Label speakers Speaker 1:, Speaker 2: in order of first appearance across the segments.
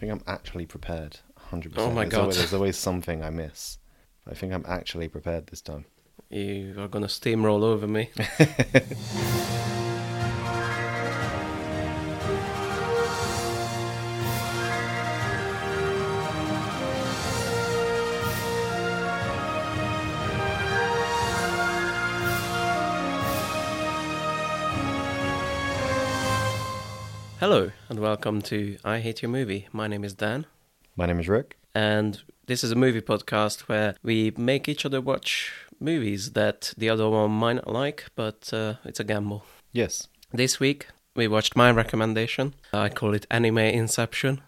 Speaker 1: think I'm actually prepared. 100%.
Speaker 2: Oh my
Speaker 1: There's
Speaker 2: God.
Speaker 1: always- there's always something I miss. I think I'm actually prepared this time.
Speaker 2: You are going to steamroll over me. Hello, and welcome to I Hate Your Movie. My name is Dan.
Speaker 1: My name is Rick.
Speaker 2: And this is a movie podcast where we make each other watch movies that the other one might not like, but uh, it's a gamble.
Speaker 1: Yes.
Speaker 2: This week, we watched my recommendation. I call it Anime Inception.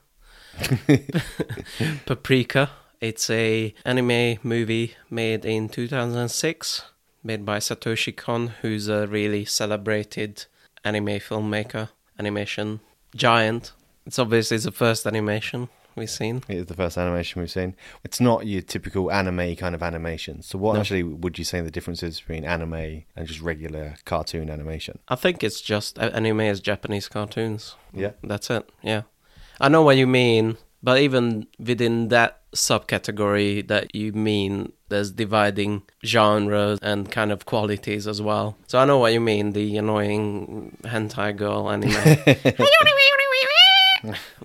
Speaker 2: Paprika. It's a anime movie made in 2006, made by Satoshi Kon, who's a really celebrated anime filmmaker, animation giant. It's obviously the first animation we've seen.
Speaker 1: It is the first animation we've seen. It's not your typical anime kind of animation. So, what actually would you say the difference is between anime and just regular cartoon animation?
Speaker 2: I think it's just a- anime is Japanese cartoons.
Speaker 1: Yeah.
Speaker 2: That's it. Yeah. I know what you mean, but even within that subcategory that you mean, there's dividing genres and kind of qualities as well. So I know what you mean, the annoying hentai girl anime.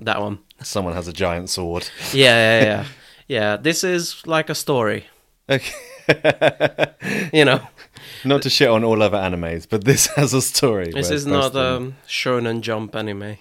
Speaker 2: that one.
Speaker 1: Someone has a giant sword.
Speaker 2: Yeah, yeah, yeah. Yeah, this is like a story,
Speaker 1: Okay.
Speaker 2: you know.
Speaker 1: Not to shit on all other animes, but this has a story.
Speaker 2: This
Speaker 1: whereas
Speaker 2: is
Speaker 1: most
Speaker 2: not
Speaker 1: of them-
Speaker 2: um, shonen jump anime.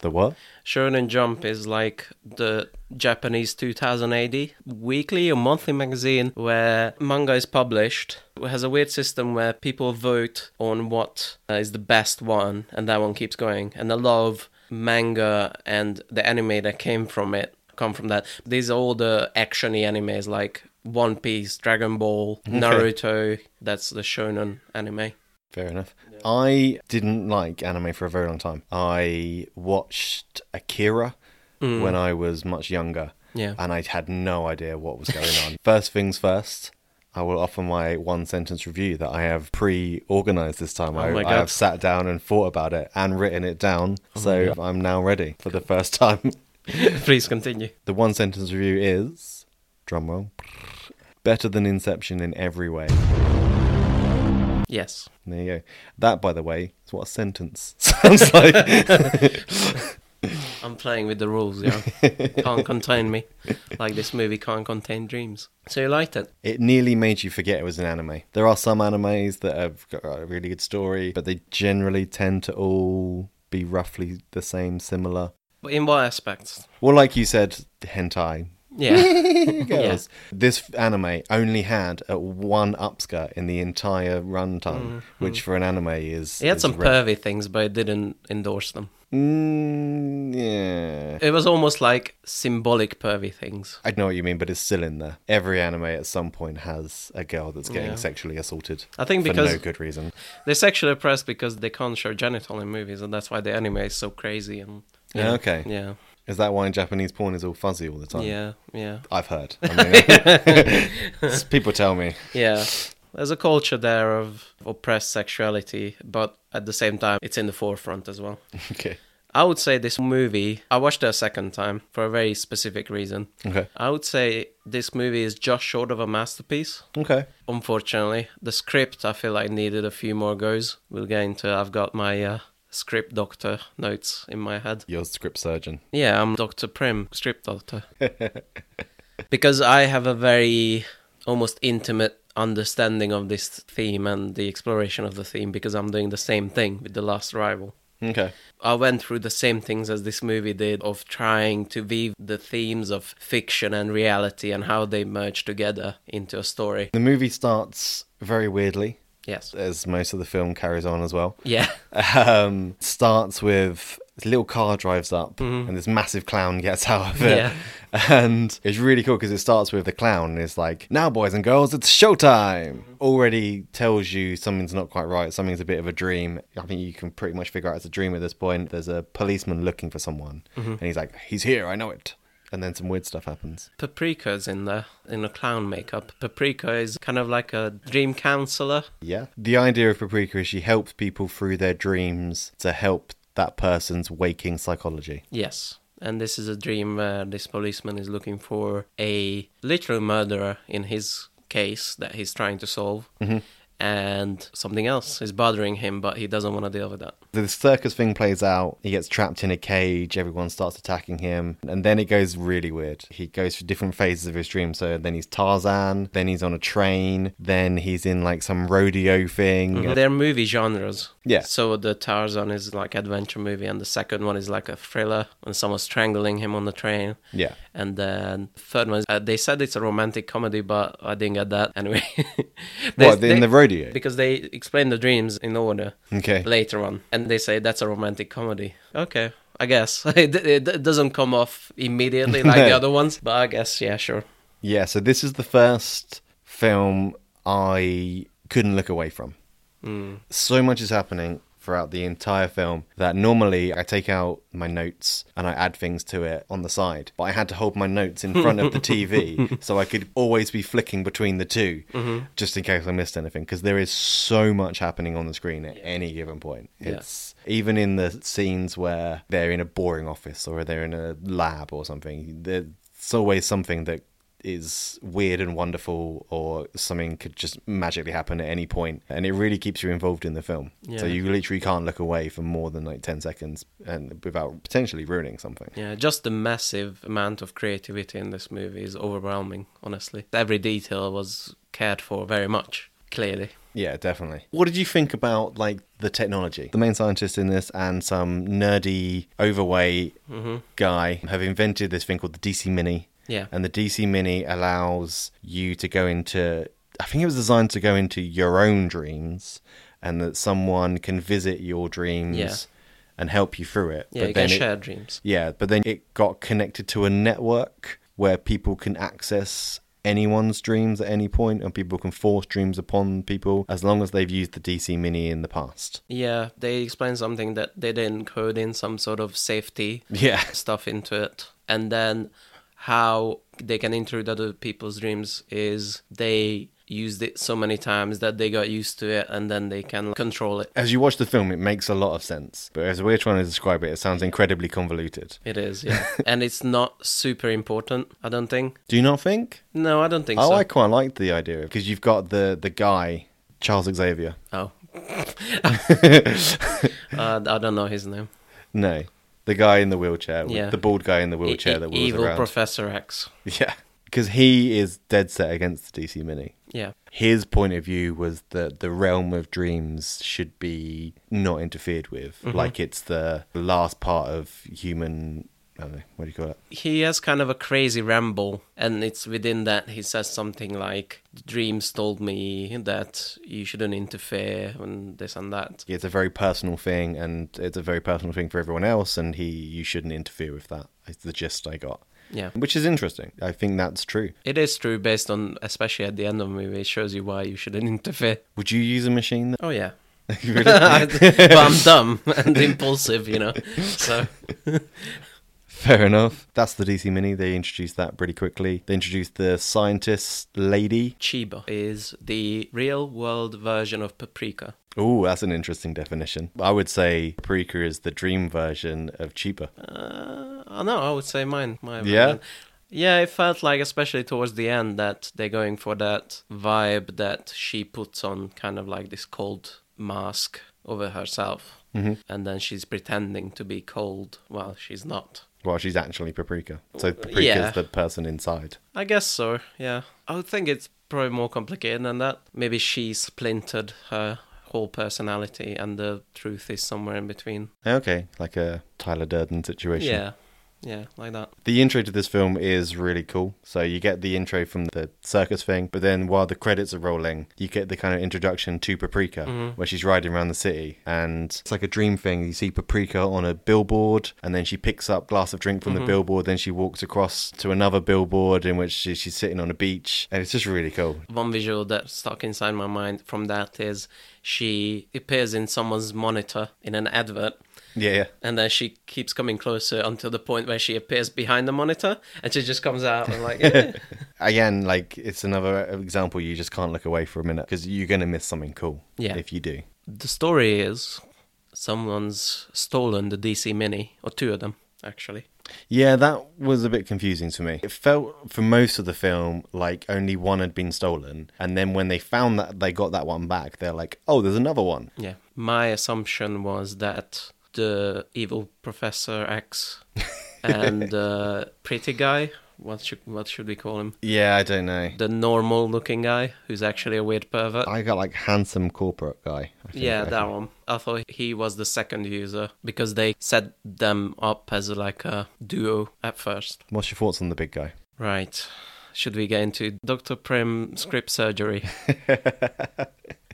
Speaker 1: The what?
Speaker 2: Shonen Jump is like the Japanese 2000 AD weekly or monthly magazine where manga is published. It has a weird system where people vote on what uh, is the best one, and that one keeps going. And a lot of manga and the anime that came from it come from that. These are all the actiony animes like One Piece, Dragon Ball, Naruto. That's the shonen anime.
Speaker 1: Fair enough. I didn't like anime for a very long time. I watched Akira
Speaker 2: Mm.
Speaker 1: when I was much younger.
Speaker 2: Yeah.
Speaker 1: And I had no idea what was going on. first things first, I will offer my one sentence review that I have pre organized this time. I,
Speaker 2: Oh my
Speaker 1: I have
Speaker 2: God. Oh
Speaker 1: sat down and thought about it and written it down. so I'm now ready for the first time.
Speaker 2: Please continue.
Speaker 1: The one sentence review is drumroll better than Inception in every way.
Speaker 2: Yes.
Speaker 1: There you go. That, by the way, is what a sentence sounds like.
Speaker 2: I'm playing with the rules, yeah. can't contain me. Like this movie can't contain dreams. So you liked it?
Speaker 1: It nearly made you forget it was an anime. There are some animes that have got a really good story, but they generally tend to all be roughly the same, similar.
Speaker 2: But in what aspects?
Speaker 1: Well, like you said, hentai.
Speaker 2: Yeah.
Speaker 1: Girls. This anime only had uh one upskirt in the entire runtime, which for an anime is.
Speaker 2: Mm-hmm. It had
Speaker 1: is
Speaker 2: some
Speaker 1: rare.
Speaker 2: pervy things, but it didn't endorse them.
Speaker 1: Mm, yeah.
Speaker 2: It was almost like symbolic pervy things.
Speaker 1: I know what you mean, but it's still in there. Every anime at some point has a girl that's getting
Speaker 2: Yeah.
Speaker 1: sexually assaulted.
Speaker 2: I think
Speaker 1: for
Speaker 2: because-
Speaker 1: no good reason.
Speaker 2: They're sexually oppressed because they can't show genital in movies, and that's why the anime is so crazy. And
Speaker 1: Yeah, okay.
Speaker 2: yeah,
Speaker 1: Is that why Japanese porn is all fuzzy all the time?
Speaker 2: yeah, yeah,
Speaker 1: I've heard. I mean, people tell me.
Speaker 2: yeah. There's a culture there of oppressed sexuality, but at the same time, it's in the forefront as well.
Speaker 1: Okay.
Speaker 2: I would say this movie, I watched it a second time for a very specific reason.
Speaker 1: Okay.
Speaker 2: I would say this movie is just short of a masterpiece,
Speaker 1: Okay.
Speaker 2: unfortunately. The script, I feel like, needed a few more goes. We'll get into I've got my uh, script doctor notes in my head.
Speaker 1: Your script surgeon.
Speaker 2: Yeah, I'm Dr. Prim, script doctor. because I have a very almost intimate understanding of this theme and the exploration of the theme because I'm doing the same thing with The Last Rival.
Speaker 1: Okay.
Speaker 2: I went through the same things as this movie did of trying to weave the themes of fiction and reality and how they merge together into a story.
Speaker 1: The movie starts very weirdly,
Speaker 2: Yes.
Speaker 1: as most of the film carries on as well.
Speaker 2: Yeah.
Speaker 1: Um, starts with this little car drives up and this massive clown gets out of it.
Speaker 2: Yeah.
Speaker 1: And it's really cool because it starts with the clown. And it's like, now, boys and girls, it's showtime. Already tells you something's not quite right. Something's a bit of a dream. I think you can pretty much figure out it's a dream at this point. There's a policeman looking for someone. And he's like, he's here. I know it. And then some weird stuff happens.
Speaker 2: Paprika's in there in a clown makeup. Paprika is kind of like a dream counselor.
Speaker 1: Yeah. The idea of Paprika is she helps people through their dreams to help that person's waking psychology.
Speaker 2: Yes. And this is a dream where this policeman is looking for a literal murderer in his case that he's trying to solve. And something else is bothering him, but he doesn't want to deal with that.
Speaker 1: The circus thing plays out. He gets trapped in a cage. Everyone starts attacking him. And then it goes really weird. He goes through different phases of his dream. So then he's Tarzan. Then he's on a train. Then he's in like some rodeo thing.
Speaker 2: They're movie genres.
Speaker 1: Yeah.
Speaker 2: So the Tarzan is like adventure movie, and the second one is like a thriller, and someone's strangling him on the train.
Speaker 1: Yeah.
Speaker 2: And then third one, is, uh, they said it's a romantic comedy, but I didn't get that anyway. They-
Speaker 1: What, in
Speaker 2: they-
Speaker 1: the rodeo?
Speaker 2: Because they explain the dreams in order
Speaker 1: Okay.
Speaker 2: later on, and they say that's a romantic comedy. Okay. I guess it, it, it doesn't come off immediately like the
Speaker 1: No.
Speaker 2: other ones, but I guess yeah, sure.
Speaker 1: Yeah, so this is the first film I couldn't look away from. So much is happening throughout the entire film that normally I take out my notes and I add things to it on the side, but I had to hold my notes in front of the TV so I could always be flicking between the 2 just in case I missed anything because there is so much happening on the screen at any given point. It's even in the scenes where they're in a boring office or they're in a lab or something, there's always something that is weird and wonderful or something could just magically happen at any point and it really keeps you involved in the film so
Speaker 2: Yeah.
Speaker 1: you literally can't look away for more than like 10 seconds and without potentially ruining something
Speaker 2: Yeah, just the massive amount of creativity in this movie is overwhelming, honestly. Every detail was cared for very much, clearly.
Speaker 1: yeah definitely what did you think about like the technology the main scientist in this and some nerdy overweight guy have invented this thing called the dc mini
Speaker 2: Mm-hmm. Yeah.
Speaker 1: and the dc mini allows you to go into i think it was designed to go into your own dreams and that someone can visit your dreams
Speaker 2: Yeah.
Speaker 1: and help you through it
Speaker 2: Yeah, you
Speaker 1: then
Speaker 2: can
Speaker 1: it-
Speaker 2: share dreams.
Speaker 1: Yeah, but then it got connected to a network where people can access anyone's dreams at any point and people can force dreams upon people as long as they've used the DC Mini in the past.
Speaker 2: Yeah, they explained something that they didn't code in some sort of safety
Speaker 1: Yeah.
Speaker 2: stuff into it. And then how they can intrude other people's dreams is they used it so many times that they got used to it and then they can control it.
Speaker 1: As you watch the film, it makes a lot of sense, but as we're trying to describe it, it sounds incredibly convoluted.
Speaker 2: It is, yeah. and it's not super important, I don't think.
Speaker 1: Do you not think?
Speaker 2: No, I don't think
Speaker 1: Oh,
Speaker 2: so.
Speaker 1: I quite like the idea because you've got the the guy Charles Xavier.
Speaker 2: Oh. uh, I don't know his name.
Speaker 1: No, the guy in the wheelchair, with-
Speaker 2: Yeah.
Speaker 1: the bald guy in the wheelchair
Speaker 2: E-
Speaker 1: that
Speaker 2: e-
Speaker 1: wheels
Speaker 2: evil
Speaker 1: around.
Speaker 2: Professor X.
Speaker 1: yeah, because he is dead set against the DC Mini.
Speaker 2: Yeah.
Speaker 1: his point of view was that the realm of dreams should be not interfered with, like it's the last part of human. I don't know, what do you call it?
Speaker 2: He has kind of a crazy ramble, and it's within that he says something like, "The Dreams told me that you shouldn't interfere, and this and that.
Speaker 1: It's a very personal thing, and it's a very personal thing for everyone else. And he, you shouldn't interfere with that. It's the gist I got,
Speaker 2: Yeah.
Speaker 1: which is interesting. I think that's true.
Speaker 2: It is true, based on, especially at the end of the movie, it shows you why you shouldn't interfere.
Speaker 1: Would you use a machine?
Speaker 2: Oh, yeah.
Speaker 1: that- really?
Speaker 2: but I'm dumb and impulsive, you know. So,
Speaker 1: Fair enough. That's the DC Mini. They introduced that pretty quickly. They introduced the scientist lady.
Speaker 2: Chiba is the real world version of Paprika.
Speaker 1: Oh, that's an interesting definition. I would say Paprika is the dream version of Cheaper.
Speaker 2: Uh, I know. I would say mine. My
Speaker 1: Yeah?
Speaker 2: version. Yeah, it felt like, especially towards the end, that they're going for that vibe that she puts on, kind of like this cold mask over herself, and then she's pretending to be cold. Well, she's not.
Speaker 1: Well, she's actually Paprika. So Paprika's
Speaker 2: Uh, yeah.
Speaker 1: the person inside.
Speaker 2: I guess so. Yeah, I would think it's probably more complicated than that. Maybe she splintered her whole personality, and the truth is somewhere in between.
Speaker 1: Okay, like a Tyler Durden situation.
Speaker 2: Yeah, yeah, like that.
Speaker 1: The intro to this film is really cool. So you get the intro from the circus thing, but then while the credits are rolling, you get the kind of introduction to Paprika,
Speaker 2: Mm-hmm.
Speaker 1: where she's riding around the city, and it's like a dream thing. You see Paprika on a billboard, and then she picks up glass of drink from
Speaker 2: Mm-hmm.
Speaker 1: the billboard, then she walks across to another billboard in which she, she's sitting on a beach, and it's just really cool.
Speaker 2: one visual that's stuck inside my mind from that is she appears in someone's monitor in an advert
Speaker 1: Yeah, yeah.
Speaker 2: and then she keeps coming closer until the point where she appears behind the monitor and she just comes out and like eh.
Speaker 1: again, like it's another example you just can't look away for a minute because you're gonna miss something cool.
Speaker 2: Yeah.
Speaker 1: If you do.
Speaker 2: the story is someone's stolen the DC mini or two of them actually.
Speaker 1: Yeah, that was a bit confusing to me. It felt for most of the film like only one had been stolen, and then when they found that they got that one back, they're like, "Oh, there's another one."
Speaker 2: Yeah. My assumption was that the evil Professor X and uh, pretty guy, what should, what should we call him?
Speaker 1: Yeah, I don't know.
Speaker 2: The normal looking guy who's actually a weird pervert.
Speaker 1: I got like handsome corporate guy. I think,
Speaker 2: yeah,
Speaker 1: I
Speaker 2: that one. I thought he was the second user because they set them up as like a duo at first.
Speaker 1: think. What's your thoughts on the big guy?
Speaker 2: Right. Should we get into Dr. Prem script surgery?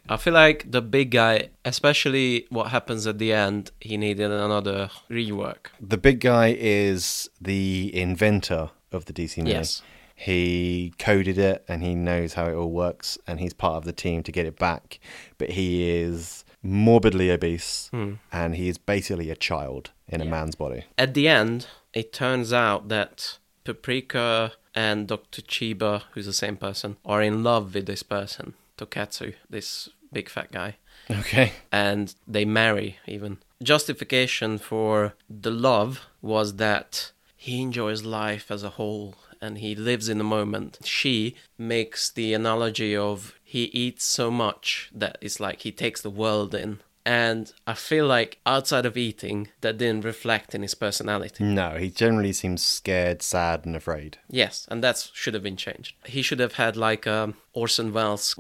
Speaker 2: I feel like the big guy, especially what happens at the end, he needed another rework.
Speaker 1: The big guy is the inventor of the DC. Mini.
Speaker 2: Yes.
Speaker 1: He coded it and he knows how it all works and he's part of the team to get it back. But he is morbidly obese and he is basically a child in a man's body.
Speaker 2: At the end, it turns out that Paprika and Dr. Chiba, who's the same person, are in love with this person, Tokatsu, this big fat guy.
Speaker 1: Okay.
Speaker 2: and they marry even. Justification for the love was that he enjoys life as a whole and he lives in the moment. She makes the analogy of he eats so much that it's like he takes the world in. And I feel like outside of eating, that didn't reflect in his personality.
Speaker 1: No, he generally seems scared, sad, and afraid.
Speaker 2: Yes, and that should have been changed. He should have had like um, Orson Welles,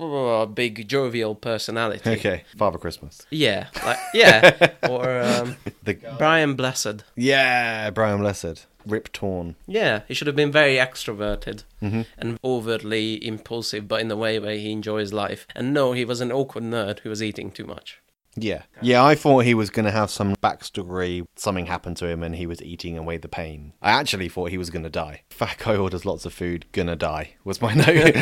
Speaker 2: big jovial personality.
Speaker 1: Okay. Father Christmas.
Speaker 2: Yeah, like yeah, or um,
Speaker 1: The
Speaker 2: Brian Blessed.
Speaker 1: Yeah, Brian Blessed. Rip torn.
Speaker 2: Yeah, he should have been very extroverted and overtly impulsive, but in the way where he enjoys life. And no, he was an awkward nerd who was eating too much.
Speaker 1: Yeah. Yeah, I thought he was going to have some backstory. Something happened to him and he was eating away the pain. I actually thought he was going to die. Fat guy orders lots of food, gonna die, was my note.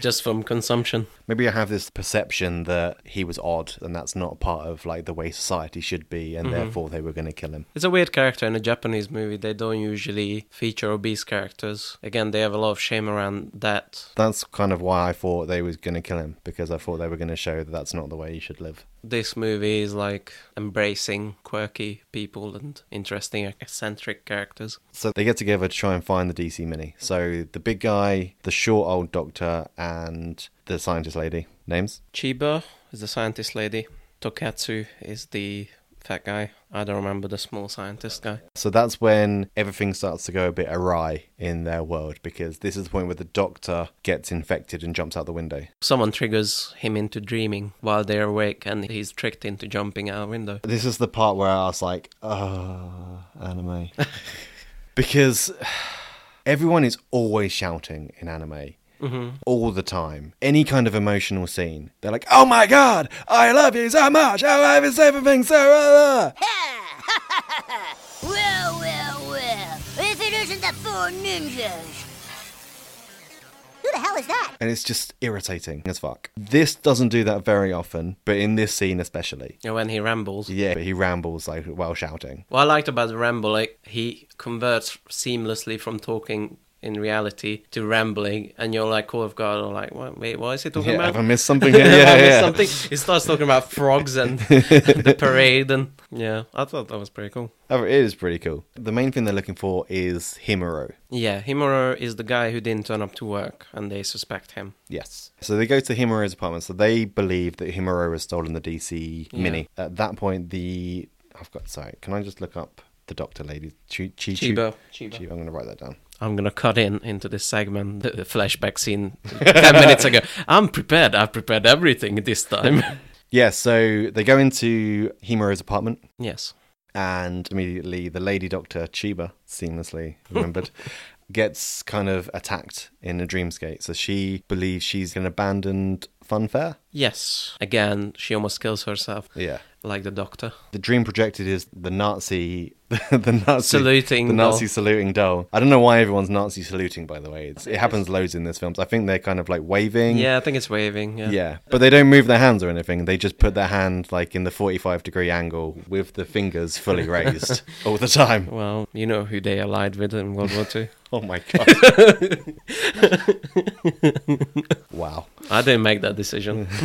Speaker 2: Just from consumption.
Speaker 1: Maybe I have this perception that he was odd and that's not part of like the way society should be and therefore they were going to kill him.
Speaker 2: It's a weird character in a Japanese movie. They don't usually feature obese characters. Again, they have a lot of shame around that.
Speaker 1: That's kind of why I thought they was going to kill him because I thought they were going to show that that's not the way you should live.
Speaker 2: This movie is like embracing quirky people and interesting, eccentric characters.
Speaker 1: So they get together to try and find the DC Mini. So the big guy, the short old doctor, and the scientist lady. Names?
Speaker 2: Chiba is the scientist lady. Tokatsu is the fat guy. I don't remember the small scientist guy.
Speaker 1: So that's when everything starts to go a bit awry in their world because this is the point where the doctor gets infected and jumps out the window.
Speaker 2: Someone triggers him into dreaming while they're awake and he's tricked into jumping out a window.
Speaker 1: This is the part where I was like, oh, anime. because everyone is always shouting in anime.
Speaker 2: Mm-hmm.
Speaker 1: All the time, any kind of emotional scene, they're like, "Oh my god, I love you so much. Oh, I love you so everything so." uh, uh."
Speaker 3: well, well, well. If it isn't the four ninjas. Who the hell is that?
Speaker 1: and it's just irritating as fuck. This doesn't do that very often, but in this scene especially.
Speaker 2: You know, When he rambles.
Speaker 1: Yeah, but he rambles like while shouting.
Speaker 2: What I liked about the ramble, like he converts seamlessly from talking in reality to rambling, and you're like "Oh, caught off guard, or like, what, wait, what is he talking
Speaker 1: Yeah,
Speaker 2: about?
Speaker 1: have I missed something? here? Yeah,
Speaker 2: Have I missed
Speaker 1: yeah.
Speaker 2: something. He starts talking about frogs and the parade, and yeah, I thought that was pretty cool.
Speaker 1: Oh, it is pretty cool. The main thing they're looking for is Himuro.
Speaker 2: Yeah, Himuro is the guy who didn't turn up to work, and they suspect him.
Speaker 1: Yes. So they go to Himuro's apartment. So they believe that Himuro has stolen the DC Mini. At that point, the I've got sorry. Can I just look up the doctor lady? Chi- Chi-
Speaker 2: Chiba.
Speaker 1: Chi- Chiba. I'm going to write that down.
Speaker 2: I'm gonna cut in into this segment, the the flashback scene ten minutes ago. I'm prepared. I've prepared everything this time.
Speaker 1: Yeah. So they go into Himuro's apartment.
Speaker 2: yes.
Speaker 1: and immediately the lady doctor Chiba, seamlessly remembered, gets kind of attacked in a dreamscape. So she believes she's an abandoned funfair.
Speaker 2: Yes. Again, she almost kills herself.
Speaker 1: Yeah.
Speaker 2: Like the doctor.
Speaker 1: The dream projected is the Nazi, the Nazi
Speaker 2: Saluting
Speaker 1: the
Speaker 2: doll.
Speaker 1: Nazi saluting doll. I don't know why everyone's Nazi saluting. By the way, it's, it happens loads in this film. So I think they're kind of like waving.
Speaker 2: Yeah, I think it's waving. Yeah.
Speaker 1: Mm. Yeah, but they don't move their hands or anything. They just put their hand like in the 45 degree angle with the fingers fully raised all the time.
Speaker 2: Well, you know who they allied with in World War Two.
Speaker 1: Oh my god. wow.
Speaker 2: I didn't make that decision.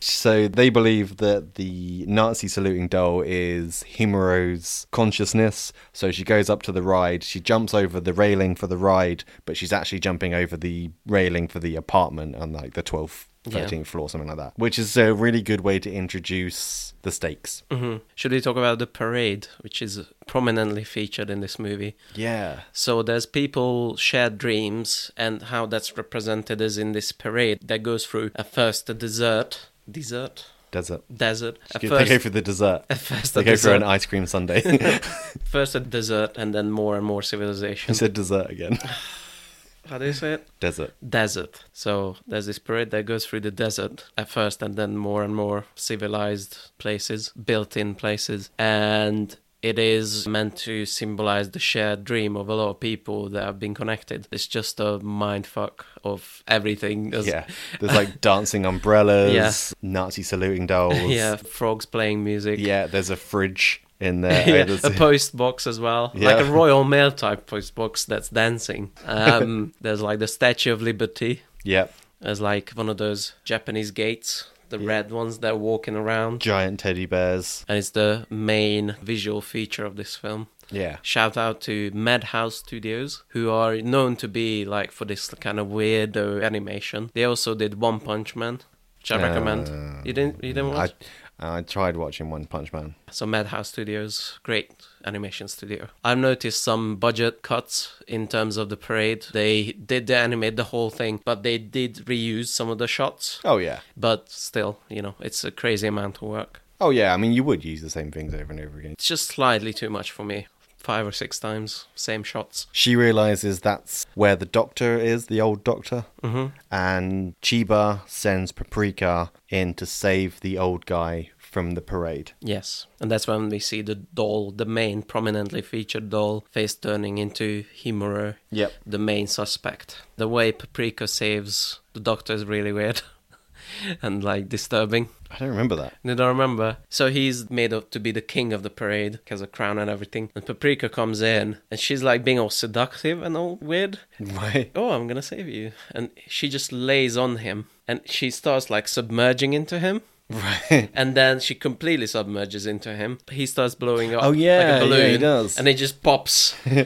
Speaker 1: So they believe that the Nazi saluting doll is Himuro's consciousness. So she goes up to the ride, she jumps over the railing for the ride, but she's actually jumping over the railing for the apartment on like the 12th,
Speaker 2: Yeah.
Speaker 1: 13th floor, something like that. Which is a really good way to introduce the stakes.
Speaker 2: Mhm. Should we talk about the parade, which is prominently featured in this movie?
Speaker 1: Yeah.
Speaker 2: So there's people shared dreams and how that's represented as in this parade that goes through at first a dessert, dessert,
Speaker 1: Desert.
Speaker 2: desert. At
Speaker 1: They
Speaker 2: first,
Speaker 1: go for the dessert.
Speaker 2: at first
Speaker 1: They
Speaker 2: a
Speaker 1: go for
Speaker 2: dessert,
Speaker 1: an ice cream sundae.
Speaker 2: first a dessert, and then more and more
Speaker 1: You
Speaker 2: civilization.
Speaker 1: said dessert again.
Speaker 2: How do you say it?
Speaker 1: Desert.
Speaker 2: Desert. So there's this parade that goes through the desert at first, and then more and more civilized places, built-in places, and. It is meant to symbolize the shared dream of a lot of people that have been connected. It's just a mind fuck of everything. There's-
Speaker 1: Yeah. There's like dancing umbrellas,
Speaker 2: Yeah.
Speaker 1: Nazi saluting dolls.
Speaker 2: Yeah, frogs playing music.
Speaker 1: Yeah, there's a fridge in there.
Speaker 2: Yeah,
Speaker 1: There's-
Speaker 2: a post box as well, like
Speaker 1: Yeah.
Speaker 2: a Royal Mail type post box that's dancing. Um, there's like the Statue of Liberty.
Speaker 1: yeah,
Speaker 2: There's like one of those Japanese gates, the red ones that are walking around.
Speaker 1: giant teddy bears.
Speaker 2: And it's the main visual feature of this film.
Speaker 1: Yeah.
Speaker 2: Shout out to Madhouse Studios, who are known to be like for this kind of weirdo animation. They also did One Punch Man, which I recommend. You didn't? You didn't watch?
Speaker 1: Uh, I I tried watching One Punch Man.
Speaker 2: So Madhouse Studios, great animation studio. I've noticed some budget cuts in terms of the parade. They did animate the whole thing, but they did reuse some of the shots.
Speaker 1: Oh yeah.
Speaker 2: But still, you know, it's a crazy amount of work.
Speaker 1: Oh yeah. I mean, you would use the same things over and over again.
Speaker 2: It's just slightly too much for me. Five or six times, same shots.
Speaker 1: She realizes that's where the doctor is, the old doctor, mm-hmm. and Chiba sends Paprika in to save the old guy from the parade.
Speaker 2: Yes. And that's when we see the doll, the main prominently featured doll, face turning into Himuro,
Speaker 1: Yep.
Speaker 2: the main suspect. The way Paprika saves the doctor is really weird and like disturbing.
Speaker 1: I don't remember that.
Speaker 2: Did I remember? So he's made up to be the king of the parade, has a crown and everything. And Paprika comes in and she's like being all seductive and all weird.
Speaker 1: Right.
Speaker 2: Oh, I'm gonna save you. And she just lays on him and she starts like submerging into him.
Speaker 1: Right.
Speaker 2: And then she completely submerges into him. He starts blowing up
Speaker 1: Oh, yeah,
Speaker 2: like a balloon.
Speaker 1: yeah, he does.
Speaker 2: And it just pops. and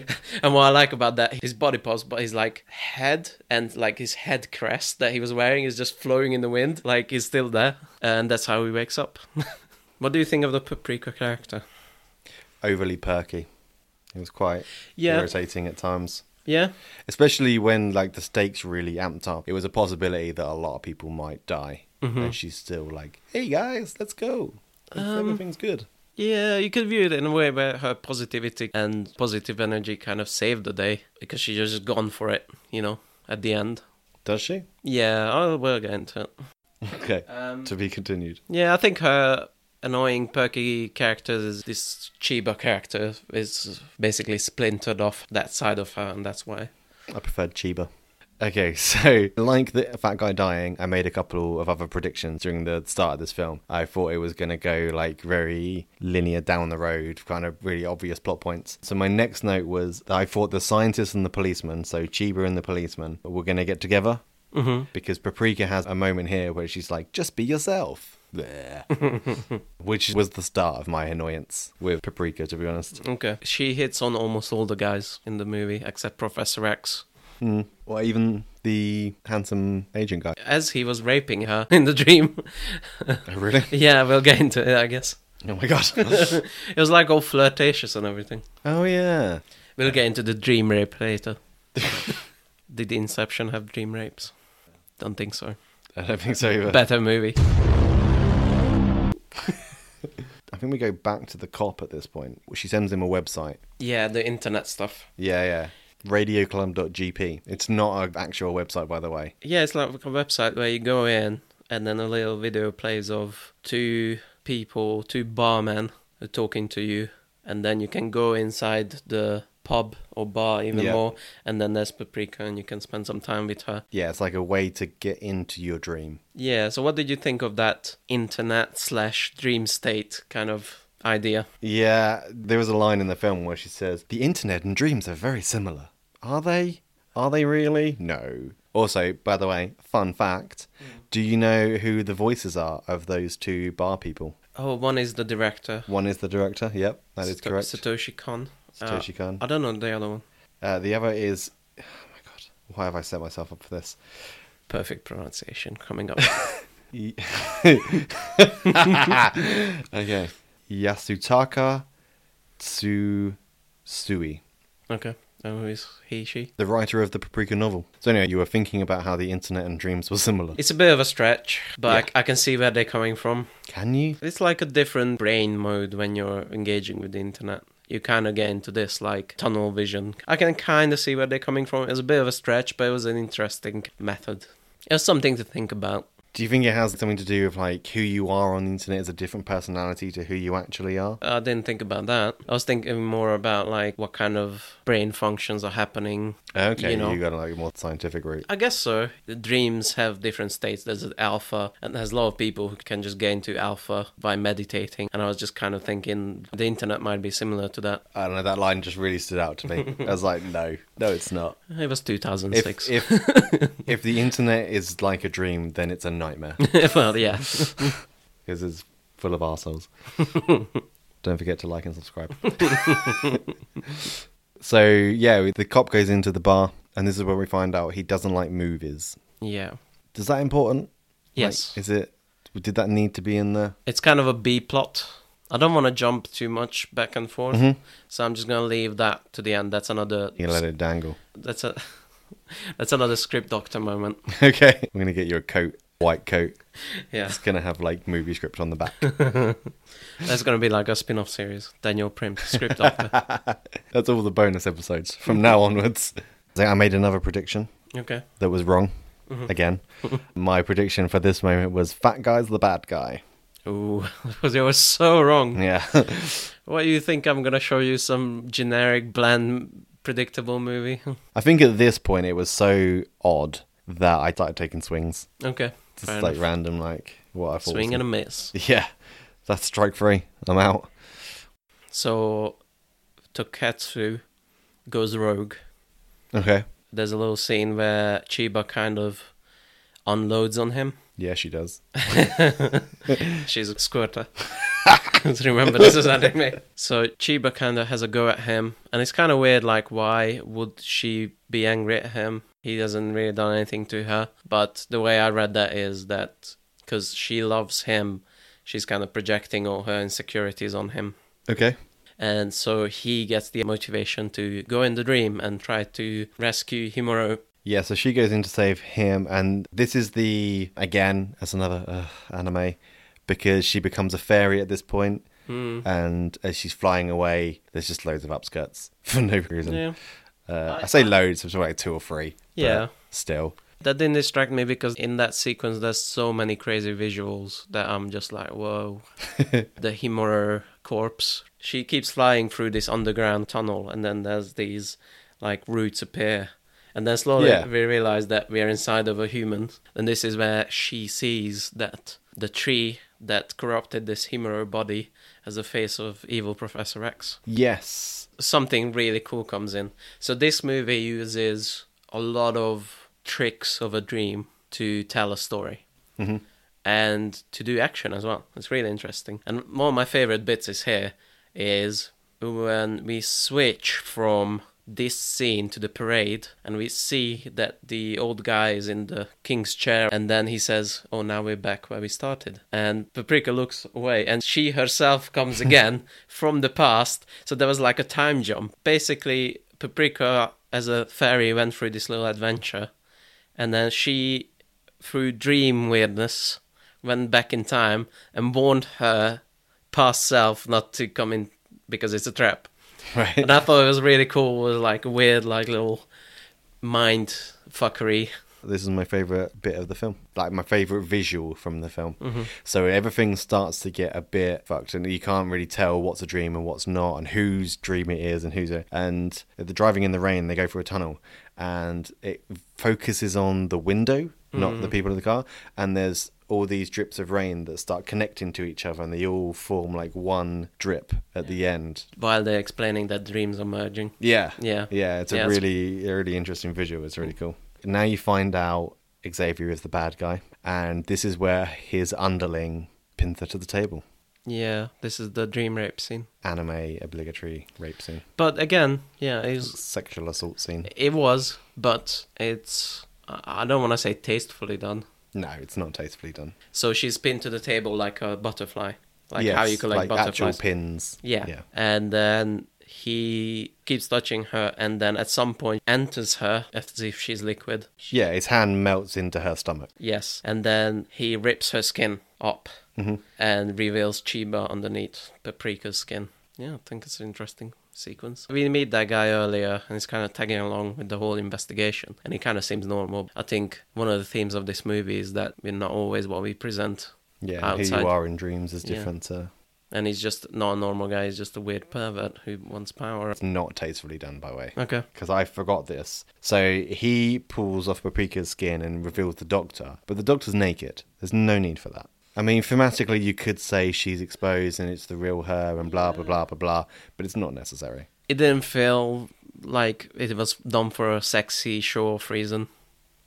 Speaker 2: what I like about that, his body pops, but his like head and like his head crest that he was wearing is just flowing in the wind. Like he's still there. And that's how he wakes up. what do you think of the Paprika character?
Speaker 1: Overly perky. It was quite
Speaker 2: Yeah.
Speaker 1: irritating at times.
Speaker 2: Yeah?
Speaker 1: especially when like the stakes really amped up it was a possibility that a lot of people might die and she's still like hey guys let's go Let's- everything's good
Speaker 2: Yeah, you could view it in a way where her positivity and positive energy kind of saved the day because she just gone for it, you know, at the end.
Speaker 1: does she
Speaker 2: Yeah, I will get into it.
Speaker 1: okay to be continued
Speaker 2: Yeah, I think her annoying, perky character is this Chiba character is basically splintered off that side of her, and that's why.
Speaker 1: i preferred chiba okay so like the fat guy dying i made a couple of other predictions during the start of this film i thought it was going to go like very linear down the road kind of really obvious plot points so my next note was that i thought the scientist and the policeman so chiba and the policeman were going to get together
Speaker 2: Mm-hmm.
Speaker 1: because Paprika has a moment here where she's like, just be yourself. Bleh. Which was the start of my annoyance with Paprika, to be honest.
Speaker 2: Okay. She hits on almost all the guys in the movie except Professor X,
Speaker 1: Or even the handsome agent guy.
Speaker 2: as he was raping her in the dream.
Speaker 1: Oh, really?
Speaker 2: yeah, we'll get into it, I guess.
Speaker 1: Oh my god.
Speaker 2: It was like all flirtatious and everything.
Speaker 1: oh yeah.
Speaker 2: We'll get into the dream rape later. Did Inception have dream rapes? Don't think so.
Speaker 1: I don't think so either.
Speaker 2: Better movie.
Speaker 1: I think we go back to the cop at this point. She sends him a website.
Speaker 2: Yeah, the internet stuff.
Speaker 1: Yeah, yeah. Radioclub.gp. It's not an actual website, by the way.
Speaker 2: Yeah, it's like a website where you go in and then a little video plays of two people, two barmen who are talking to you, and then you can go inside the pub or bar even
Speaker 1: Yeah.
Speaker 2: more, and then there's Paprika and you can spend some time with her.
Speaker 1: Yeah, it's like a way to get into your dream.
Speaker 2: Yeah, so what did you think of that internet slash dream state kind of idea?
Speaker 1: Yeah, there was a line in the film where she says, "The internet and dreams are very similar. Are they? Are they really? No. Also, by the way, fun fact: Do you know who the voices are of those two bar people?
Speaker 2: Oh, one is the director.
Speaker 1: One is the director. Yep, that is
Speaker 2: Sato-
Speaker 1: correct.
Speaker 2: Satoshi Kon. Uh,
Speaker 1: Satoshi Kon.
Speaker 2: I don't know the other one.
Speaker 1: Uh, the other is. Oh my god! Why have I set myself up for this?
Speaker 2: Perfect pronunciation coming up.
Speaker 1: Y- okay, Yasutaka Tsusui.
Speaker 2: okay. And who is he, she?
Speaker 1: the writer of the Paprika novel. So anyway, you were thinking about how the internet and dreams were similar.
Speaker 2: It's a bit of a stretch, but I, I can see where they're coming from.
Speaker 1: Can you?
Speaker 2: It's like a different brain mode when you're engaging with the internet. You kind of get into this like tunnel vision. I can kind of see where they're coming from. It was a bit of a stretch, but it was an interesting method. It was something to think about.
Speaker 1: Do you think it has something to do with like who you are on the internet is a different personality to who you actually are?
Speaker 2: I didn't think about that. I was thinking more about like what kind of brain functions are happening.
Speaker 1: Okay, you,
Speaker 2: you know.
Speaker 1: got like a more scientific route.
Speaker 2: I guess so. The dreams have different states. There's an alpha, and there's a lot of people who can just get into alpha by meditating. And I was just kind of thinking the internet might be similar to that.
Speaker 1: I don't know. That line just really stood out to me. I was like, no, no, it's not.
Speaker 2: It was
Speaker 1: If
Speaker 2: 2006.
Speaker 1: if if the internet is like a dream, then it's a nightmare
Speaker 2: well, yeah.
Speaker 1: because it's full of assholes. don't forget to like and subscribe. so yeah, the cop goes into the bar, and this is where we find out he doesn't like movies.
Speaker 2: Yeah.
Speaker 1: Is that important?
Speaker 2: Yes.
Speaker 1: Like, is it? Did that need to be in there?
Speaker 2: it's kind of a B plot. I don't want to jump too much back and forth, so I'm just gonna leave that to the end. That's another.
Speaker 1: Mm-hmm. You let it dangle.
Speaker 2: That's a. That's another script doctor moment.
Speaker 1: okay. I'm gonna get you a coat, white coat.
Speaker 2: Yeah,
Speaker 1: It's gonna have like movie script on the back.
Speaker 2: that's gonna be like a spin-off series. Daniel Prim, script doctor.
Speaker 1: That's all the bonus episodes from now onwards. So I made another prediction
Speaker 2: Okay.
Speaker 1: that was wrong. Again, my prediction for this moment was fat guy's the bad guy.
Speaker 2: Ooh, because you were so wrong.
Speaker 1: Yeah.
Speaker 2: What do you think? I'm gonna show you some generic, bland, predictable movie.
Speaker 1: I think at this point it was so odd that I started taking swings.
Speaker 2: okay.
Speaker 1: Just
Speaker 2: fair
Speaker 1: like
Speaker 2: enough.
Speaker 1: random, like what I thought. was-
Speaker 2: Swing and a miss.
Speaker 1: Yeah. That's strike three. I'm out.
Speaker 2: So, Toketsu goes rogue.
Speaker 1: Okay.
Speaker 2: there's a little scene where Chiba kind of unloads on him.
Speaker 1: Yeah, she does.
Speaker 2: She's a squirter. 'Cause remember, this is anime. So Chiba kind of has a go at him, and it's kind of weird. Like, why would she be angry at him? He hasn't really done anything to her. But the way I read that is that because she loves him, she's kind of projecting all her insecurities on him.
Speaker 1: Okay.
Speaker 2: And so he gets the motivation to go in the dream and try to rescue Himuro
Speaker 1: Yeah, so she goes in to save him, and this is the again as another uh, anime because she becomes a fairy at this point,
Speaker 2: Hmm.
Speaker 1: and as she's flying away, there's just loads of upskirts for no reason.
Speaker 2: Yeah.
Speaker 1: Uh, I, say loads, it's like two or three. but
Speaker 2: Yeah.
Speaker 1: still.
Speaker 2: That didn't distract me because in that sequence there's so many crazy visuals that I'm just like, whoa. the Himura corpse. She keeps flying through this underground tunnel and then there's these like roots appear. And then slowly
Speaker 1: Yeah.
Speaker 2: we realize that we are inside of a human. And this is where she sees that the tree that corrupted this Himura body has a face of evil Professor X
Speaker 1: Yes.
Speaker 2: something really cool comes in. So this movie uses a lot of tricks of a dream to tell a story. And to do action as well. It's really interesting. And one of my favorite bits is here is when we switch from this scene to the parade and we see that the old guy is in the king's chair and then he says oh now we're back where we started and paprika looks away and she herself comes again from the past so there was like a time jump basically paprika as a fairy went through this little adventure and then she through dream weirdness went back in time and warned her past self not to come in because it's a trap
Speaker 1: Right.
Speaker 2: and I thought it was really cool. It was like a weird, like little mind fuckery.
Speaker 1: This is my favorite bit of the film, like my favorite visual from the film. So everything starts to get a bit fucked, and you can't really tell what's a dream and what's not, and whose dream it is, and who's a. And they're driving in the rain, they go through a tunnel, and it focuses on the window, not the people in the car. And there's all these drips of rain that start connecting to each other, and they all form like one drip at the end.
Speaker 2: While they're explaining that dreams are merging.
Speaker 1: Yeah,
Speaker 2: Yeah.
Speaker 1: yeah. It's a
Speaker 2: Yeah, it's-
Speaker 1: really, really interesting visual. It's really cool. Now you find out Xavier is the bad guy, and this is where his underling pins her to the table.
Speaker 2: Yeah, this is the dream rape scene.
Speaker 1: Anime obligatory rape scene,
Speaker 2: But again, yeah, it was,
Speaker 1: sexual assault scene.
Speaker 2: it was but it's I I don't want to say tastefully done.
Speaker 1: No, it's not tastefully done.
Speaker 2: So she's pinned to the table like a butterfly, like
Speaker 1: Yes,
Speaker 2: how you collect
Speaker 1: like actual
Speaker 2: butterflies.
Speaker 1: pins.
Speaker 2: Yeah.
Speaker 1: yeah.
Speaker 2: And then he keeps touching her and then at some point enters her as if she's liquid.
Speaker 1: Yeah, his hand melts into her stomach.
Speaker 2: Yes. And then he rips her skin up
Speaker 1: Mm-hmm.
Speaker 2: and reveals Chiba underneath Paprika's skin. Yeah, I think it's an interesting sequence. We meet that guy earlier and he's kind of tagging along with the whole investigation and he kind of seems normal. I think one of the themes of this movie is that we're not always what we present.
Speaker 1: Yeah, who
Speaker 2: outside.
Speaker 1: you are in dreams is
Speaker 2: Yeah.
Speaker 1: different. To,
Speaker 2: And he's just not a normal guy, he's just a weird pervert who wants power.
Speaker 1: it's not tastefully done, by the way.
Speaker 2: Okay.
Speaker 1: Because I forgot this. So he pulls off Paprika's skin and reveals the doctor, but the doctor's naked. There's no need for that. I mean, thematically, you could say she's exposed and it's the real her and blah, blah, blah, blah, blah, but it's not necessary.
Speaker 2: it didn't feel like it was done for a sexy show off reason.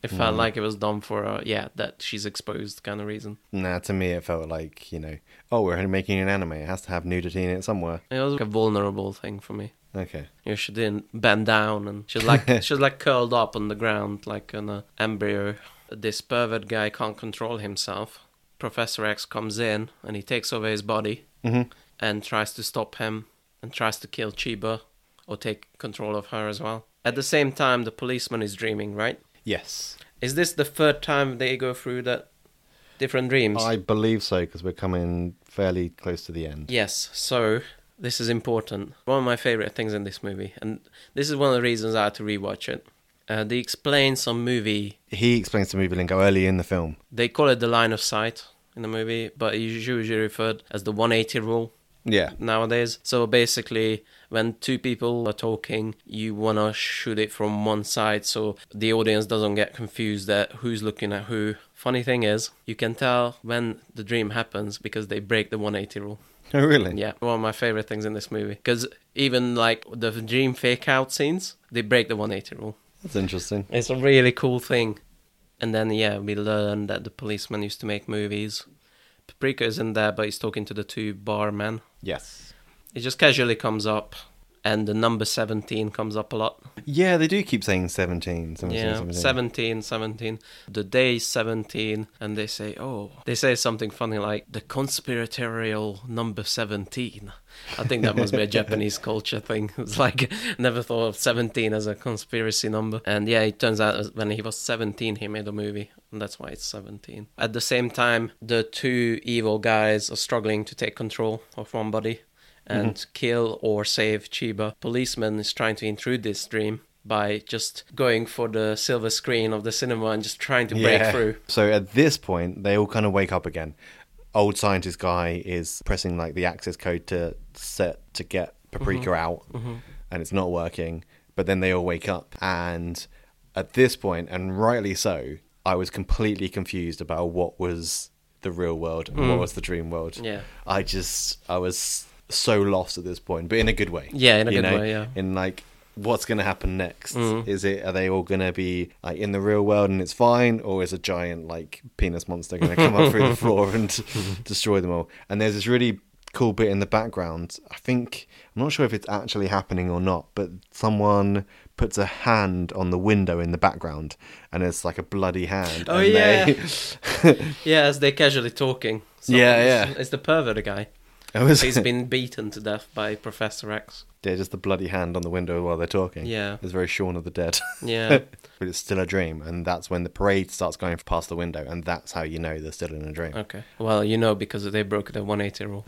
Speaker 2: It felt like it was done for a yeah that she's exposed kind of reason.
Speaker 1: Nah, to me, it felt like, you know, oh, we're making an anime. It has to have nudity in it somewhere.
Speaker 2: It was like a vulnerable thing for me.
Speaker 1: Okay.
Speaker 2: You know, she didn't bend down and she's like she's like curled up on the ground like an uh, embryo. This pervert guy can't control himself. Professor X comes in and he takes over his body and tries to stop him and tries to kill Chiba or take control of her as well. At the same time, the policeman is dreaming, right?
Speaker 1: Yes.
Speaker 2: Is this the third time they go through that different dreams?
Speaker 1: I believe so because we're coming fairly close to the end.
Speaker 2: Yes. So this is important. One of my favorite things in this movie, and this is one of the reasons I had to rewatch it. Uh, they explain some movie.
Speaker 1: He explains to movie lingo early in the film.
Speaker 2: They call it the line of sight in the movie, but it's usually referred as the 180 rule.
Speaker 1: Yeah.
Speaker 2: nowadays. So basically, when two people are talking, you want to shoot it from one side so the audience doesn't get confused at who's looking at who. Funny thing is, you can tell when the dream happens because they break the 180 rule.
Speaker 1: Oh, really?
Speaker 2: Yeah, one of my favorite things in this movie. Because even like the dream fake out scenes, they break the 180 rule.
Speaker 1: That's interesting.
Speaker 2: It's a really cool thing. And then, yeah, we learn that the policeman used to make movies. Paprika is in there, but he's talking to the two barmen.
Speaker 1: Yes.
Speaker 2: It just casually comes up, and the number 17 comes up a lot.
Speaker 1: Yeah, they do keep saying 17. 17,
Speaker 2: Yeah,
Speaker 1: 17.
Speaker 2: 17, 17. The day is 17, and they say, oh, they say something funny like the conspiratorial number 17. I think that must be a Japanese culture thing. It's like, never thought of 17 as a conspiracy number. And yeah, it turns out when he was 17, he made a movie, and that's why it's 17. At the same time, the two evil guys are struggling to take control of one body and
Speaker 1: Mm-hmm.
Speaker 2: kill or save Chiba. Policeman is trying to intrude this dream by just going for the silver screen of the cinema and just trying to break
Speaker 1: Yeah.
Speaker 2: through.
Speaker 1: So at this point, they all kind of wake up again. Old scientist guy is pressing like the access code to set to get Paprika
Speaker 2: Mm-hmm.
Speaker 1: out, and it's not working. But then they all wake up, and at this point, and rightly so, I was completely confused about what was the real world and what was the dream world.
Speaker 2: Mm. Yeah.
Speaker 1: I just I was so lost at this point, but in a good way.
Speaker 2: Yeah, in a
Speaker 1: you
Speaker 2: good way, yeah.
Speaker 1: in like what's going to happen next
Speaker 2: Mm.
Speaker 1: is it are they all going to be like in the real world and it's fine or is a giant like penis monster going to come up through the floor and destroy them all and there's this really cool bit in the background i think i'm not sure if it's actually happening or not but someone puts a hand on the window in the background and it's like a bloody hand
Speaker 2: Oh,
Speaker 1: and they-
Speaker 2: Yeah, as they're casually talking. So
Speaker 1: Yeah,
Speaker 2: it's-
Speaker 1: yeah.
Speaker 2: It's the pervert guy.
Speaker 1: it was
Speaker 2: He's been beaten to death by Professor X.
Speaker 1: yeah just the bloody hand on the window while they're talking
Speaker 2: Yeah.
Speaker 1: it's very Shaun of the Dead
Speaker 2: Yeah.
Speaker 1: but it's still a dream and that's when the parade starts going past the window and that's how you know they're still in a dream
Speaker 2: Okay. Well, you know, because they broke the 180 rule.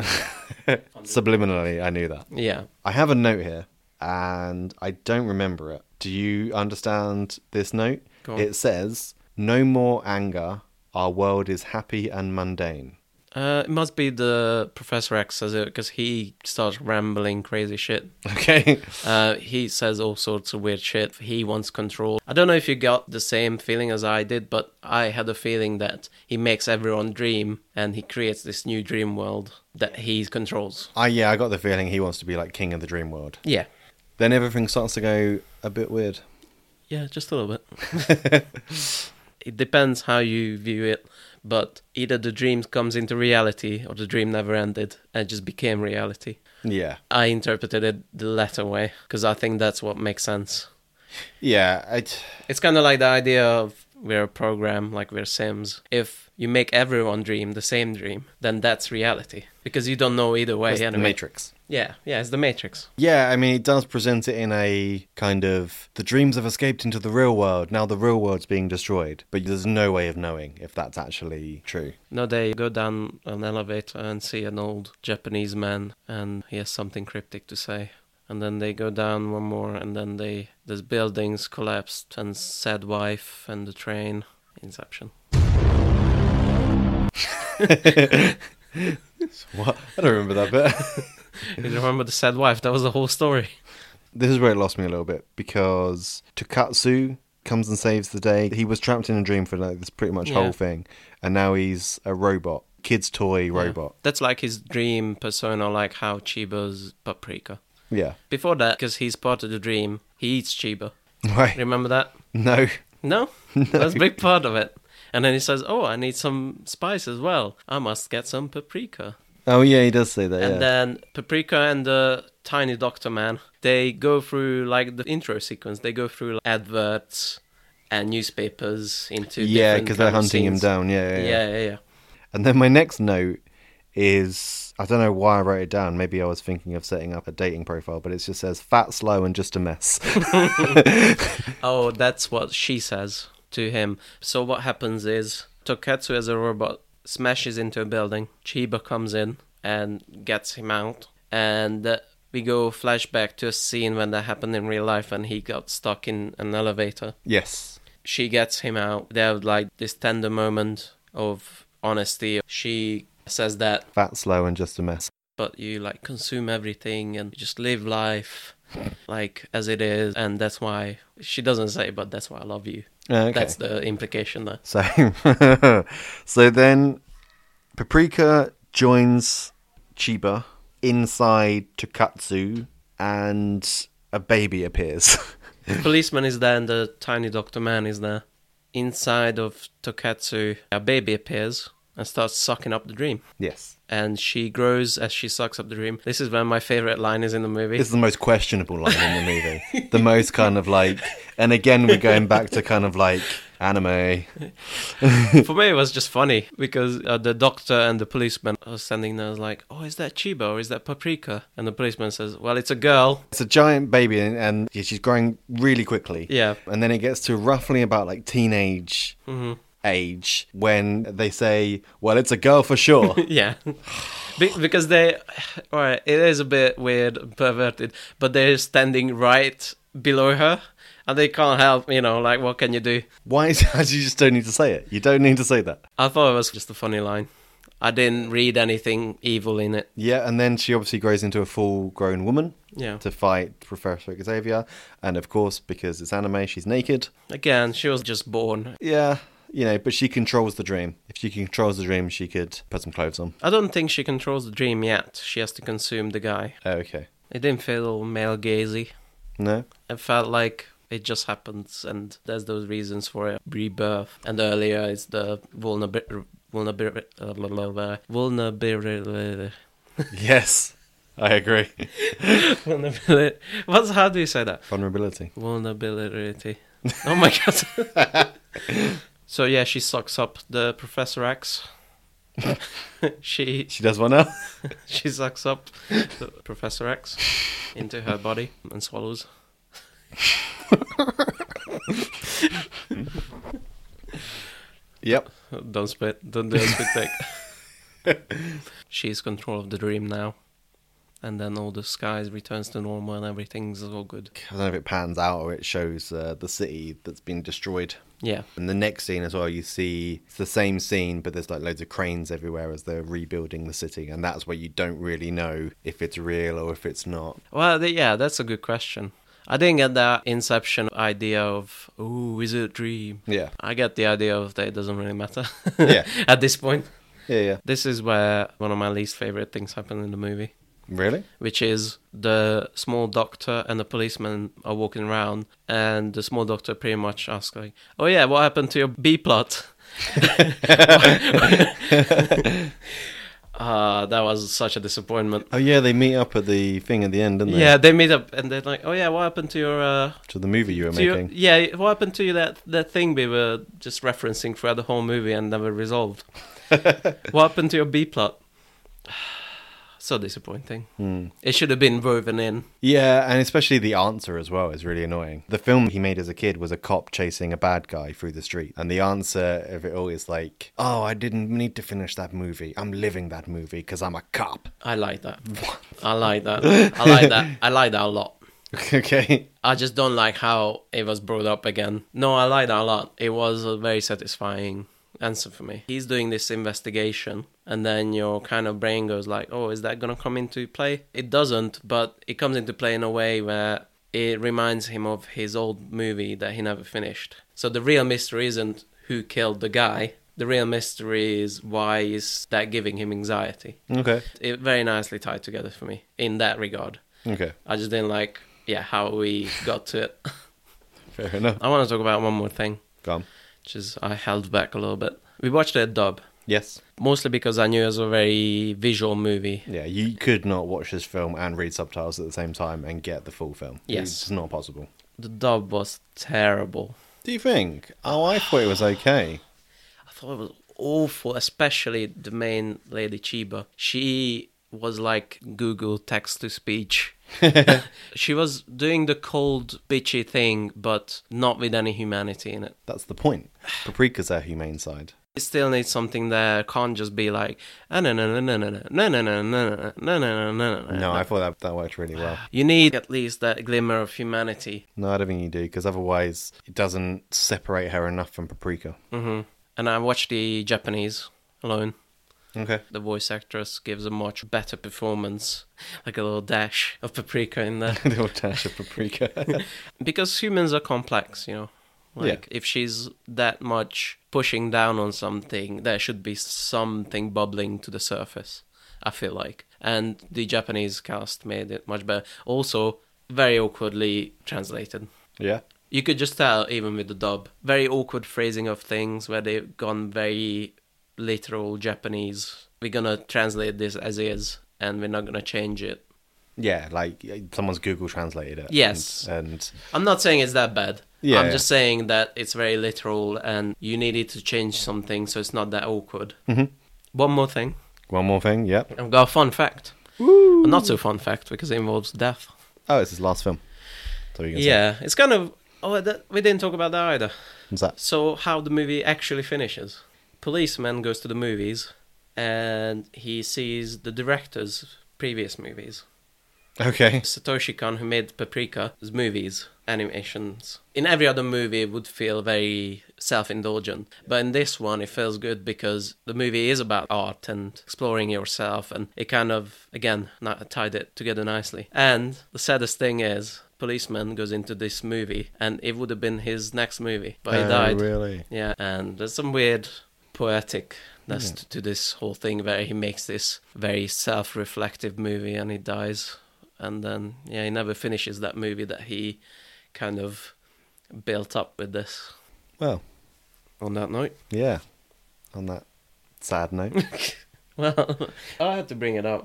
Speaker 1: subliminally i knew that
Speaker 2: Yeah.
Speaker 1: i have a note here and i don't remember it do you understand this note
Speaker 2: Go on.
Speaker 1: it says no more anger our world is happy and mundane
Speaker 2: Uh, it must be the Professor X says it because he starts rambling crazy shit.
Speaker 1: okay
Speaker 2: Uh, he says all sorts of weird shit. He wants control. I don't know if you got the same feeling as I did, but I had a feeling that he makes everyone dream and he creates this new dream world that he controls.
Speaker 1: i yeah i got the feeling he wants to be like king of the dream world
Speaker 2: Yeah.
Speaker 1: then everything starts to go a bit weird
Speaker 2: Yeah, just a little bit. it depends how you view it, but either the dream comes into reality or the dream never ended and just became reality.
Speaker 1: Yeah.
Speaker 2: I interpreted it the latter way because I think that's what makes sense.
Speaker 1: Yeah. I,
Speaker 2: It's kind of like the idea of we're a program, like we're Sims. If you make everyone dream the same dream, then that's reality because you don't know either way.
Speaker 1: it's the
Speaker 2: Anyway.
Speaker 1: Matrix.
Speaker 2: Yeah, yeah, it's the Matrix.
Speaker 1: Yeah, I mean, it does present it in a kind of the dreams have escaped into the real world. Now the real world's being destroyed, but there's no way of knowing if that's actually true.
Speaker 2: No, they go down an elevator and see an old Japanese man, and he has something cryptic to say. And then they go down one more, and then they there's buildings collapsed, and sad wife, and the train. Inception.
Speaker 1: What? I don't remember that bit.
Speaker 2: You remember the sad wife? That was the whole story.
Speaker 1: this is where it lost me a little bit because Takatsu comes and saves the day. He was trapped in a dream for like this pretty much
Speaker 2: Yeah.
Speaker 1: whole thing, and now he's a robot, kid's toy robot.
Speaker 2: That's like his dream persona, like how Chiba's paprika.
Speaker 1: Yeah,
Speaker 2: Before that, because he's part of the dream, he eats Chiba.
Speaker 1: right.
Speaker 2: Remember that?
Speaker 1: No,
Speaker 2: No, that's a big part of it. And then he says, "Oh, I need some spice as well. I must get some paprika."
Speaker 1: oh yeah, he does say that.
Speaker 2: And
Speaker 1: yeah.
Speaker 2: then Paprika and the Tiny Doctor Man, they go through like the intro sequence. They go through like, adverts and newspapers into
Speaker 1: yeah,
Speaker 2: different
Speaker 1: because they're
Speaker 2: kind of
Speaker 1: hunting him
Speaker 2: scenes.
Speaker 1: down. Yeah, yeah, yeah.
Speaker 2: Yeah, yeah, yeah.
Speaker 1: And then my next note is I don't know why I wrote it down. Maybe I was thinking of setting up a dating profile, but it just says fat, slow, and just a mess.
Speaker 2: Oh, that's what she says to him. So what happens is Toketsu as a robot smashes into a building. Chiba comes in and gets him out. And uh, we go flashback to a scene when that happened in real life and he got stuck in an elevator.
Speaker 1: yes.
Speaker 2: she gets him out. They have like this tender moment of honesty. She says that,
Speaker 1: Fat, slow, and just a mess.
Speaker 2: but you like consume everything and just live life like as it is. And that's why she doesn't say, but that's why I love you.
Speaker 1: Uh, okay.
Speaker 2: That's the implication there.
Speaker 1: So, so then Paprika joins Chiba inside Takatsu, and a baby appears.
Speaker 2: The policeman is there and the tiny doctor man is there. Inside of Tokatsu, a baby appears and starts sucking up the dream.
Speaker 1: yes.
Speaker 2: And she grows as she sucks up the dream. This is where my favorite line is in the movie.
Speaker 1: It's the most questionable line in the movie. the most kind of like, and again, we're going back to kind of like anime.
Speaker 2: For me, it was just funny because uh, the doctor and the policeman are standing there, I was like, "Oh, is that Chiba or is that Paprika?" And the policeman says, "Well, it's a girl."
Speaker 1: It's a giant baby, and, and yeah, she's growing really quickly.
Speaker 2: Yeah. Mm-hmm.
Speaker 1: And then it gets to roughly about like teenage age when they say, well, it's a girl for sure.
Speaker 2: Yeah, Be- because they, all right, it is a bit weird, and perverted, but they're standing right below her, and they can't help. You know, like, what can you do?
Speaker 1: Why is you just don't need to say it? You don't need to say that.
Speaker 2: I thought it was just a funny line. I didn't read anything evil in it.
Speaker 1: Yeah, and then she obviously grows into a full grown woman
Speaker 2: Yeah.
Speaker 1: to fight Professor Xavier. And of course, because it's anime, she's naked.
Speaker 2: Again, she was just born.
Speaker 1: Yeah, you know, but she controls the dream. If she controls the dream, she could put some clothes on.
Speaker 2: I don't think she controls the dream yet. She has to consume the guy.
Speaker 1: Oh, okay.
Speaker 2: It didn't feel male gazy.
Speaker 1: No?
Speaker 2: It felt like it just happens, and there's those reasons for it. Rebirth, and earlier it's the vulnerability. Vulnerability. Vulnerability.
Speaker 1: yes, I agree.
Speaker 2: Vulnerability. What's how do you say that?
Speaker 1: Vulnerability.
Speaker 2: Vulnerability. Oh my god. so yeah, she sucks up the Professor X. she
Speaker 1: She does one now?
Speaker 2: she sucks up the Professor X into her body and swallows.
Speaker 1: yep.
Speaker 2: Don't spit. Don't do a spit take. She's control of the dream now. And then all the skies returns to normal and everything's all good.
Speaker 1: I don't know if it pans out or it shows uh, the city that's been destroyed.
Speaker 2: Yeah.
Speaker 1: And the next scene as well, you see it's the same scene, but there's like loads of cranes everywhere as they're rebuilding the city, and that's where you don't really know if it's real or if it's not.
Speaker 2: Well, th- yeah, that's a good question. I didn't get that Inception idea of, ooh, is it a dream?
Speaker 1: Yeah.
Speaker 2: I get the idea of that it doesn't really matter
Speaker 1: Yeah.
Speaker 2: at this point.
Speaker 1: Yeah, yeah.
Speaker 2: This is where one of my least favorite things happened in the movie.
Speaker 1: Really?
Speaker 2: which is the small doctor and the policeman are walking around, and the small doctor pretty much asks, like, "Oh yeah, what happened to your B plot?" uh, that was such a disappointment.
Speaker 1: Oh yeah, they meet up at the thing at the end, don't they?
Speaker 2: Yeah, they meet up and they're like, "Oh yeah, what happened to your uh,
Speaker 1: To the movie you were
Speaker 2: to your,
Speaker 1: making.
Speaker 2: yeah, what happened to that that thing we were just referencing throughout the whole movie and never resolved? what happened to your B plot? so disappointing. It should have been woven in.
Speaker 1: Yeah, and especially the answer as well is really annoying. The film he made as a kid was a cop chasing a bad guy through the street, and the answer of it all is like, "Oh, I didn't need to finish that movie. I'm living that movie because I'm a cop."
Speaker 2: I like that. I like that. I like that. I like that a lot.
Speaker 1: okay.
Speaker 2: I just don't like how it was brought up again. No, I like that a lot. It was a very satisfying answer for me. He's doing this investigation, and then your kind of brain goes like, "Oh, is that gonna come into play?" It doesn't, but it comes into play in a way where it reminds him of his old movie that he never finished. So the real mystery isn't who killed the guy. The real mystery is why is that giving him anxiety.
Speaker 1: Okay.
Speaker 2: It very nicely tied together for me in that regard.
Speaker 1: Okay.
Speaker 2: I just didn't like, yeah, how we got to it.
Speaker 1: Fair enough.
Speaker 2: I want to talk about one more thing,
Speaker 1: Gone.
Speaker 2: which is I held back a little bit. We watched a dub,
Speaker 1: Yes.
Speaker 2: mostly because I knew it was a very visual movie.
Speaker 1: Yeah, you could not watch this film and read subtitles at the same time and get the full film.
Speaker 2: Yes.
Speaker 1: It's not possible.
Speaker 2: The dub was terrible.
Speaker 1: Do you think? Oh, I thought it was okay.
Speaker 2: I thought it was awful, especially the main lady Chiba. She was like Google text to speech. she was doing the cold bitchy thing, but not with any humanity in it.
Speaker 1: That's the point. Paprika's our humane side.
Speaker 2: It still needs something there. It Can't just be like "Ah, no no no no no no no no no no no no no no no
Speaker 1: No, I thought that, that worked really well.
Speaker 2: You need at least that glimmer of humanity.
Speaker 1: No, I don't think you do, because otherwise it doesn't separate her enough from Paprika.
Speaker 2: hmm And I watched the Japanese alone.
Speaker 1: Okay.
Speaker 2: The voice actress gives a much better performance, like a little dash of paprika in there.
Speaker 1: the old dash of Paprika.
Speaker 2: because humans are complex, you know. Like if she's that much pushing down on something, there should be something bubbling to the surface. I feel like, and the Japanese cast made it much better. Also, very awkwardly translated.
Speaker 1: yeah.
Speaker 2: You could just tell, even with the dub, very awkward phrasing of things where they've gone very literal Japanese. We're gonna translate this as is, and we're not gonna change it.
Speaker 1: Yeah, like eh, someone's Google translated it.
Speaker 2: Yes.
Speaker 1: And, and
Speaker 2: I'm not saying it's that bad.
Speaker 1: Yeah.
Speaker 2: I'm just saying that it's very literal, and you needed to change something, so it's not that awkward.
Speaker 1: Mm-hmm.
Speaker 2: One more thing.
Speaker 1: one more thing. Yeah.
Speaker 2: I've got a fun fact. A not so fun fact because it involves death.
Speaker 1: Oh, it's his last film. So you can say.
Speaker 2: Yeah, it's kind of. Oh, that, we didn't talk about that either.
Speaker 1: What's that?
Speaker 2: So how the movie actually finishes? Policeman goes to the movies, and he sees the director's previous movies.
Speaker 1: Okay.
Speaker 2: Satoshi Kon, who made Paprika's movies, animations. In every other movie, it would feel very self indulgent. But in this one, it feels good because the movie is about art and exploring yourself, and it kind of, again, ni- tied it together nicely. And the saddest thing is, Policeman goes into this movie, and it would have been his next movie, but he
Speaker 1: Oh,
Speaker 2: died.
Speaker 1: really?
Speaker 2: Yeah, and there's some weird poetic that's to, to this whole thing where he makes this very self-reflective movie and he dies and then yeah he never finishes that movie that he kind of built up with this
Speaker 1: Well,
Speaker 2: on that note
Speaker 1: yeah. On that sad note.
Speaker 2: well i had to bring it up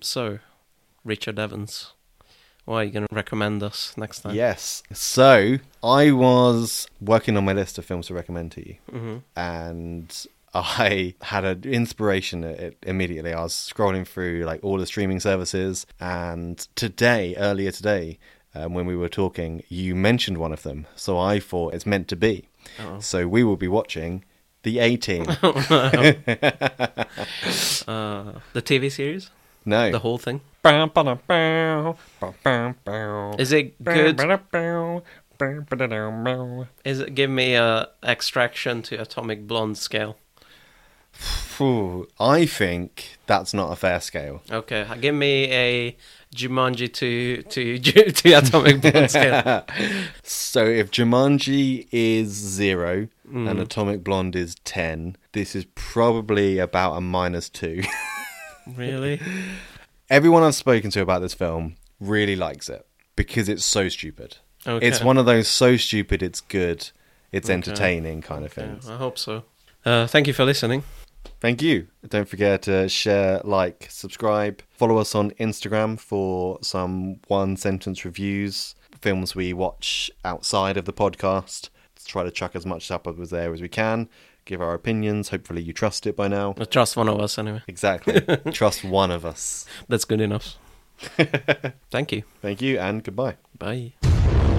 Speaker 2: so richard evans what are you going to recommend us next time
Speaker 1: Yes. So I was working on my list of films to recommend to you,
Speaker 2: Mm-hmm.
Speaker 1: and I had an inspiration at it immediately. I was scrolling through like all the streaming services, and today, earlier today, um, when we were talking, you mentioned one of them. So I thought it's meant to be. So we will be watching the A Team.
Speaker 2: uh, the tv series
Speaker 1: no,
Speaker 2: the whole thing
Speaker 4: Is
Speaker 2: is it
Speaker 4: good.
Speaker 2: good is it give me a extraction to atomic blonde scale
Speaker 1: Phew, I think that's not a fair scale.
Speaker 2: Okay, give me a Jumanji to to to Atomic Blonde scale.
Speaker 1: So if Jumanji is zero and Atomic Blonde is ten, this is probably about a minus two.
Speaker 2: Really?
Speaker 1: Everyone I've spoken to about this film really likes it because it's so stupid.
Speaker 2: Okay.
Speaker 1: It's one of those so stupid it's good, it's entertaining kind of
Speaker 2: Yeah,
Speaker 1: things.
Speaker 2: I hope so. Uh, thank you for listening.
Speaker 1: Thank you. Don't forget to share, like, subscribe, follow us on Instagram for some one sentence reviews, films we watch outside of the podcast. Let's try to chuck as much up as there as we can, give our opinions. Hopefully, you trust it by now.
Speaker 2: Uh, Trust one of us anyway.
Speaker 1: Exactly. trust one of us.
Speaker 2: That's good enough. thank you.
Speaker 1: Thank you and goodbye.
Speaker 2: Bye.